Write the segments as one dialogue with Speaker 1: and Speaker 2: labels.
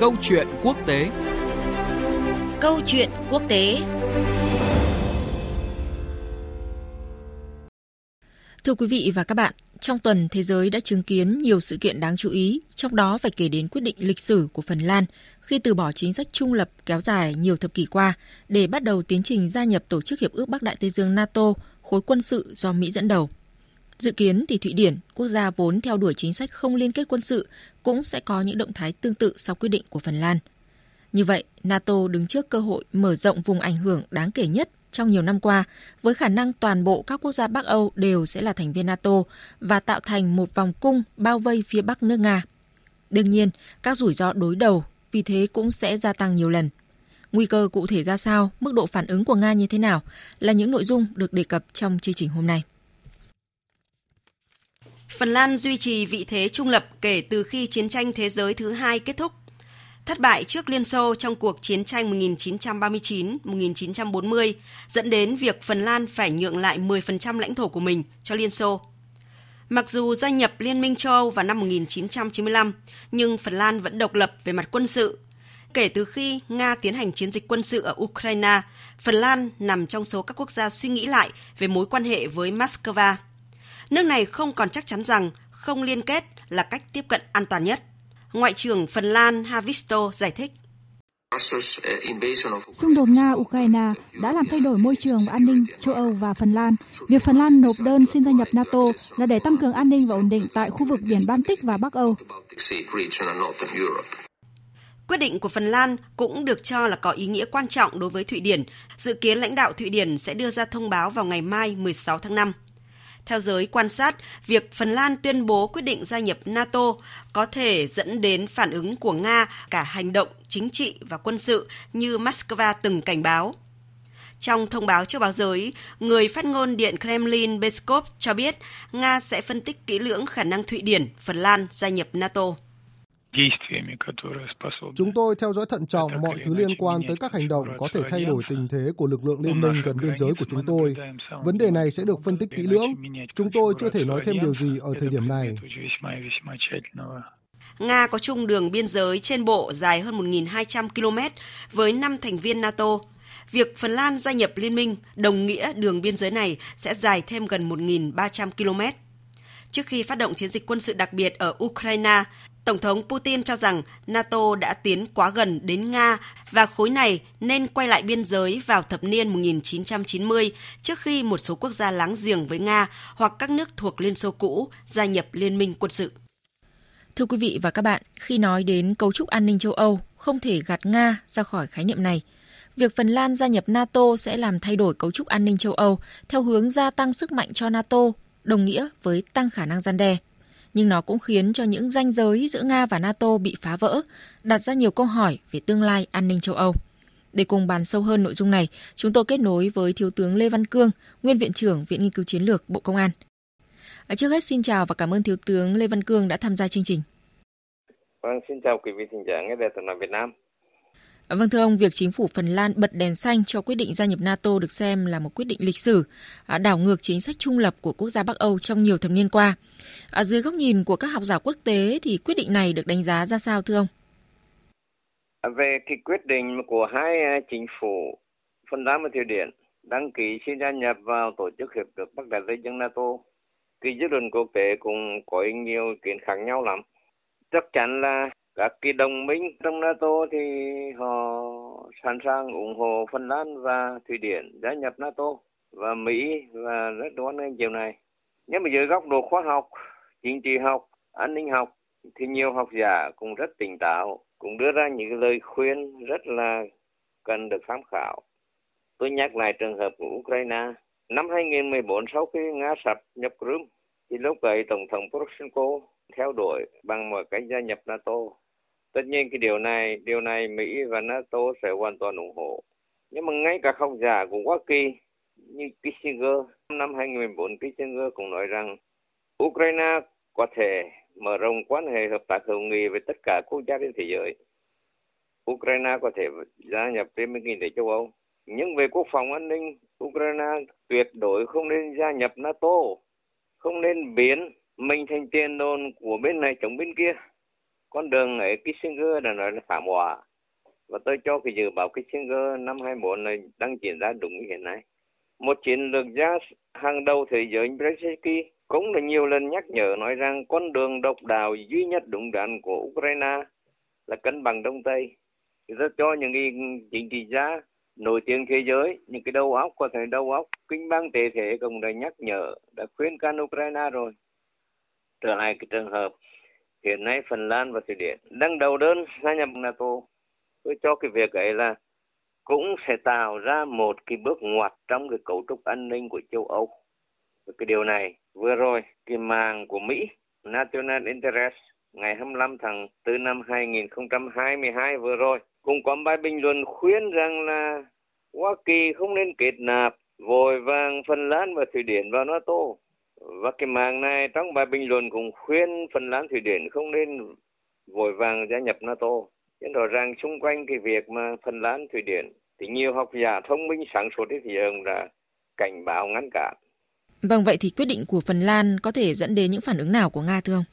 Speaker 1: Câu chuyện quốc tế
Speaker 2: Câu chuyện quốc tế
Speaker 3: Thưa quý vị và các bạn, trong tuần thế giới đã chứng kiến nhiều sự kiện đáng chú ý, trong đó phải kể đến quyết định lịch sử của Phần Lan khi từ bỏ chính sách trung lập kéo dài nhiều thập kỷ qua để bắt đầu tiến trình gia nhập tổ chức hiệp ước Bắc Đại Tây Dương NATO, khối quân sự do Mỹ dẫn đầu. Dự kiến thì Thụy Điển, quốc gia vốn theo đuổi chính sách không liên kết quân sự, cũng sẽ có những động thái tương tự sau quyết định của Phần Lan. Như vậy, NATO đứng trước cơ hội mở rộng vùng ảnh hưởng đáng kể nhất trong nhiều năm qua, với khả năng toàn bộ các quốc gia Bắc Âu đều sẽ là thành viên NATO và tạo thành một vòng cung bao vây phía Bắc nước Nga. Đương nhiên, các rủi ro đối đầu vì thế cũng sẽ gia tăng nhiều lần. Nguy cơ cụ thể ra sao, mức độ phản ứng của Nga như thế nào là những nội dung được đề cập trong chương trình hôm nay.
Speaker 2: Phần Lan duy trì vị thế trung lập kể từ khi chiến tranh thế giới thứ hai kết thúc. Thất bại trước Liên Xô trong cuộc chiến tranh 1939-1940 dẫn đến việc Phần Lan phải nhượng lại 10% lãnh thổ của mình cho Liên Xô. Mặc dù gia nhập Liên minh châu Âu vào năm 1995, nhưng Phần Lan vẫn độc lập về mặt quân sự. Kể từ khi Nga tiến hành chiến dịch quân sự ở Ukraine, Phần Lan nằm trong số các quốc gia suy nghĩ lại về mối quan hệ với Moscow nước này không còn chắc chắn rằng không liên kết là cách tiếp cận an toàn nhất. Ngoại trưởng Phần Lan Havisto giải thích.
Speaker 4: Xung đột Nga-Ukraine đã làm thay đổi môi trường an ninh châu Âu và Phần Lan. Việc Phần Lan nộp đơn xin gia nhập NATO là để tăng cường an ninh và ổn định tại khu vực biển Baltic và Bắc Âu.
Speaker 2: Quyết định của Phần Lan cũng được cho là có ý nghĩa quan trọng đối với Thụy Điển. Dự kiến lãnh đạo Thụy Điển sẽ đưa ra thông báo vào ngày mai 16 tháng 5. Theo giới quan sát, việc Phần Lan tuyên bố quyết định gia nhập NATO có thể dẫn đến phản ứng của Nga cả hành động chính trị và quân sự như Moscow từng cảnh báo. Trong thông báo trước báo giới, người phát ngôn Điện Kremlin Peskov cho biết Nga sẽ phân tích kỹ lưỡng khả năng Thụy Điển, Phần Lan gia nhập NATO.
Speaker 5: Chúng tôi theo dõi thận trọng mọi thứ liên quan tới các hành động có thể thay đổi tình thế của lực lượng liên minh gần biên giới của chúng tôi. Vấn đề này sẽ được phân tích kỹ lưỡng. Chúng tôi chưa thể nói thêm điều gì ở thời điểm này.
Speaker 2: Nga có chung đường biên giới trên bộ dài hơn 1.200 km với 5 thành viên NATO. Việc Phần Lan gia nhập liên minh đồng nghĩa đường biên giới này sẽ dài thêm gần 1.300 km. Trước khi phát động chiến dịch quân sự đặc biệt ở Ukraine, Tổng thống Putin cho rằng NATO đã tiến quá gần đến Nga và khối này nên quay lại biên giới vào thập niên 1990 trước khi một số quốc gia láng giềng với Nga hoặc các nước thuộc Liên Xô cũ gia nhập liên minh quân sự.
Speaker 3: Thưa quý vị và các bạn, khi nói đến cấu trúc an ninh châu Âu, không thể gạt Nga ra khỏi khái niệm này. Việc Phần Lan gia nhập NATO sẽ làm thay đổi cấu trúc an ninh châu Âu theo hướng gia tăng sức mạnh cho NATO, đồng nghĩa với tăng khả năng gian đe nhưng nó cũng khiến cho những ranh giới giữa Nga và NATO bị phá vỡ, đặt ra nhiều câu hỏi về tương lai an ninh châu Âu. Để cùng bàn sâu hơn nội dung này, chúng tôi kết nối với Thiếu tướng Lê Văn Cương, Nguyên Viện trưởng Viện Nghiên cứu Chiến lược Bộ Công an. À, trước hết xin chào và cảm ơn Thiếu tướng Lê Văn Cương đã tham gia chương trình.
Speaker 6: Vâng, xin chào quý vị thính giả nghe đài tiếng nói Việt Nam.
Speaker 3: Vâng thưa ông, việc chính phủ Phần Lan bật đèn xanh cho quyết định gia nhập NATO được xem là một quyết định lịch sử, à, đảo ngược chính sách trung lập của quốc gia Bắc Âu trong nhiều thập niên qua. À, dưới góc nhìn của các học giả quốc tế thì quyết định này được đánh giá ra sao thưa ông?
Speaker 6: À, Về cái quyết định của hai à, chính phủ Phần Lan và Thụy Điển đăng ký xin gia nhập vào tổ chức hiệp ước Bắc Đại Tây Dương NATO, cái dư luận quốc tế cũng có nhiều ý kiến khác nhau lắm. Chắc chắn là các cái đồng minh trong NATO thì họ sẵn sàng ủng hộ Phần Lan và Thụy Điển gia nhập NATO và Mỹ và rất đoán nghênh chiều này. Nhưng mà dưới góc độ khoa học, chính trị học, an ninh học thì nhiều học giả cũng rất tỉnh táo, cũng đưa ra những lời khuyên rất là cần được tham khảo. Tôi nhắc lại trường hợp của Ukraine. Năm 2014 sau khi Nga sập nhập Crimea thì lúc ấy Tổng thống Poroshenko theo đuổi bằng một cách gia nhập NATO tất nhiên cái điều này điều này Mỹ và NATO sẽ hoàn toàn ủng hộ nhưng mà ngay cả học giả của Hoa Kỳ như Kissinger năm 2014 Kissinger cũng nói rằng Ukraine có thể mở rộng quan hệ hợp tác hữu nghị với tất cả quốc gia trên thế giới Ukraine có thể gia nhập Liên minh kinh tế châu Âu nhưng về quốc phòng an ninh Ukraine tuyệt đối không nên gia nhập NATO không nên biến mình thành tiền đồn của bên này chống bên kia con đường ở Kissinger là nói là phạm hòa và tôi cho cái dự báo Kissinger năm 24 này đang diễn ra đúng như hiện nay một chiến lược gia hàng đầu thế giới Brzezinski cũng là nhiều lần nhắc nhở nói rằng con đường độc đạo duy nhất đúng đắn của Ukraine là cân bằng Đông Tây. Rất cho những chính trị gia nổi tiếng thế giới, những cái đầu óc có thể đầu óc kinh bang tế thế cũng đã nhắc nhở, đã khuyên can Ukraine rồi. Trở lại cái trường hợp hiện nay Phần Lan và Thụy Điển đang đầu đơn gia nhập NATO. Tôi cho cái việc ấy là cũng sẽ tạo ra một cái bước ngoặt trong cái cấu trúc an ninh của châu Âu. Và cái điều này vừa rồi cái màng của Mỹ National Interest ngày 25 tháng 4 năm 2022 vừa rồi cũng có bài bình luận khuyên rằng là Hoa Kỳ không nên kết nạp vội vàng Phần Lan và Thụy Điển vào NATO. Và cái màng này trong bài bình luận cũng khuyên Phần Lan Thụy Điển không nên vội vàng gia nhập NATO. Nên rõ ràng xung quanh cái việc mà Phần Lan, Thụy Điển thì nhiều học giả thông minh sáng suốt thế giới đã cảnh báo ngăn cản.
Speaker 3: Vâng, vậy thì quyết định của Phần Lan có thể dẫn đến những phản ứng nào của Nga thưa ông?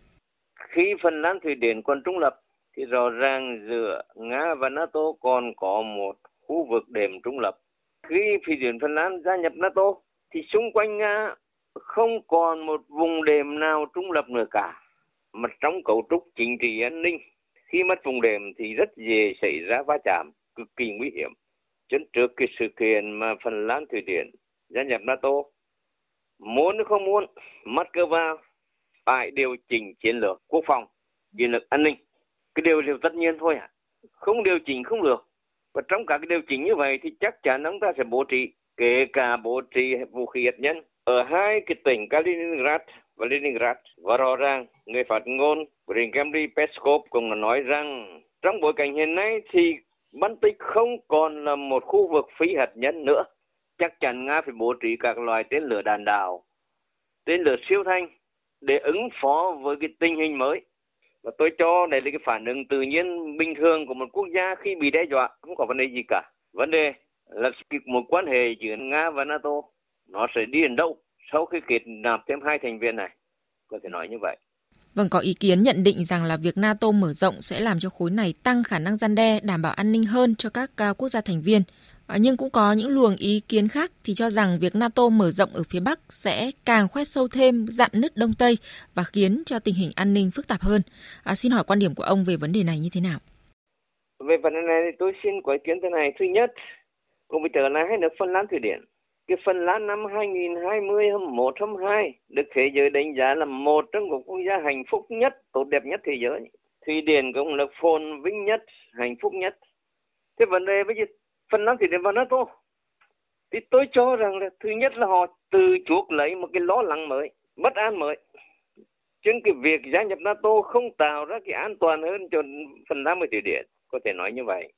Speaker 6: Khi Phần Lan, Thụy Điển còn trung lập thì rõ ràng giữa Nga và NATO còn có một khu vực đềm trung lập. Khi Thụy Điển Phần Lan gia nhập NATO thì xung quanh Nga không còn một vùng đềm nào trung lập nữa cả. Mà trong cấu trúc chính trị an ninh khi mất vùng đệm thì rất dễ xảy ra va chạm cực kỳ nguy hiểm chân trước cái sự kiện mà phần lan thụy điển gia nhập nato muốn không muốn moscow phải điều chỉnh chiến lược quốc phòng chiến lược an ninh cái điều điều tất nhiên thôi ạ à. không điều chỉnh không được và trong cả cái điều chỉnh như vậy thì chắc chắn chúng ta sẽ bố trí kể cả bố trí vũ khí hạt nhân ở hai cái tỉnh Kaliningrad và Leningrad và rõ ràng người phát ngôn của Điện Kremlin Peskov cũng nói rằng trong bối cảnh hiện nay thì Baltic không còn là một khu vực phi hạt nhân nữa. Chắc chắn Nga phải bố trí các loại tên lửa đạn đạo, tên lửa siêu thanh để ứng phó với cái tình hình mới. Và tôi cho đây là cái phản ứng tự nhiên bình thường của một quốc gia khi bị đe dọa, không có vấn đề gì cả. Vấn đề là một quan hệ giữa Nga và NATO nó sẽ đi đến đâu sau khi kết nạp thêm hai thành viên này có thể nói như vậy
Speaker 3: Vâng, có ý kiến nhận định rằng là việc NATO mở rộng sẽ làm cho khối này tăng khả năng gian đe, đảm bảo an ninh hơn cho các quốc gia thành viên. À, nhưng cũng có những luồng ý kiến khác thì cho rằng việc NATO mở rộng ở phía Bắc sẽ càng khoét sâu thêm dạn nứt Đông Tây và khiến cho tình hình an ninh phức tạp hơn. À, xin hỏi quan điểm của ông về vấn đề này như thế nào?
Speaker 6: Về vấn đề này thì tôi xin có ý kiến thế này. Thứ nhất, cùng với trở lại hai nước Phần Lan Thụy Điển cái Phần Lan năm 2020 1 2 được thế giới đánh giá là một trong những quốc gia hạnh phúc nhất, tốt đẹp nhất thế giới. Thụy Điển cũng là phồn vinh nhất, hạnh phúc nhất. Thế vấn đề bây giờ Phần Lan Thụy Điển vào NATO thì tôi cho rằng là thứ nhất là họ từ chuốc lấy một cái lo lắng mới, bất an mới. Chứ cái việc gia nhập NATO không tạo ra cái an toàn hơn cho Phần Lan và Thụy Điển, có thể nói như vậy.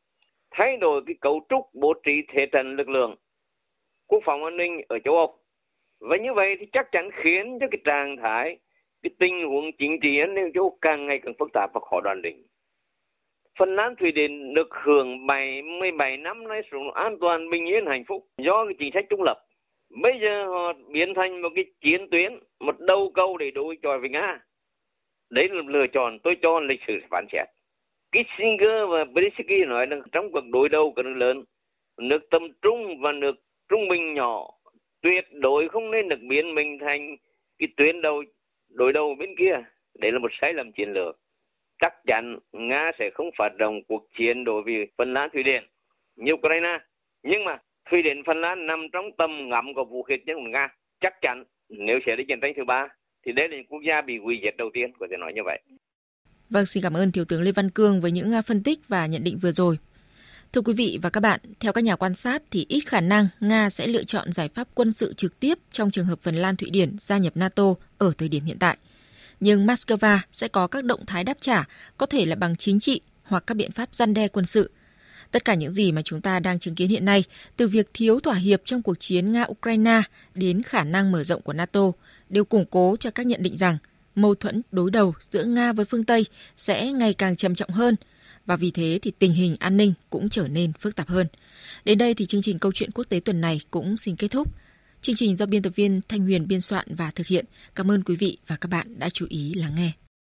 Speaker 6: Thay đổi cái cấu trúc bố trí thế trận lực lượng quốc phòng an ninh ở châu Âu. Và như vậy thì chắc chắn khiến cho cái trạng thái, cái tình huống chính trị an ninh châu Âu càng ngày càng phức tạp và khó đoán định. Phần Lan Thụy Điển được hưởng 77 năm nay sự an toàn, bình yên, hạnh phúc do cái chính sách trung lập. Bây giờ họ biến thành một cái chiến tuyến, một đầu câu để đối chọi với Nga. Đấy là lựa chọn tôi cho lịch sử phán xét. Kissinger và Brzezinski nói rằng trong cuộc đối đầu các nước lớn, nước tầm trung và nước trung bình nhỏ tuyệt đối không nên được biến mình thành cái tuyến đầu đối đầu bên kia đấy là một sai lầm chiến lược chắc chắn nga sẽ không phát động cuộc chiến đối với phần lan thụy điển như ukraine nhưng mà thụy điển phần lan nằm trong tầm ngắm của vũ khí nhân của nga chắc chắn nếu sẽ đến chiến tranh thứ ba thì đây là những quốc gia bị hủy diệt đầu tiên có thể nói như vậy
Speaker 3: vâng xin cảm ơn thiếu tướng lê văn cương với những à, phân tích và nhận định vừa rồi Thưa quý vị và các bạn, theo các nhà quan sát thì ít khả năng Nga sẽ lựa chọn giải pháp quân sự trực tiếp trong trường hợp Phần Lan Thụy Điển gia nhập NATO ở thời điểm hiện tại. Nhưng Moscow sẽ có các động thái đáp trả, có thể là bằng chính trị hoặc các biện pháp gian đe quân sự. Tất cả những gì mà chúng ta đang chứng kiến hiện nay, từ việc thiếu thỏa hiệp trong cuộc chiến Nga-Ukraine đến khả năng mở rộng của NATO, đều củng cố cho các nhận định rằng mâu thuẫn đối đầu giữa Nga với phương Tây sẽ ngày càng trầm trọng hơn – và vì thế thì tình hình an ninh cũng trở nên phức tạp hơn. Đến đây thì chương trình câu chuyện quốc tế tuần này cũng xin kết thúc. Chương trình do biên tập viên Thanh Huyền biên soạn và thực hiện. Cảm ơn quý vị và các bạn đã chú ý lắng nghe.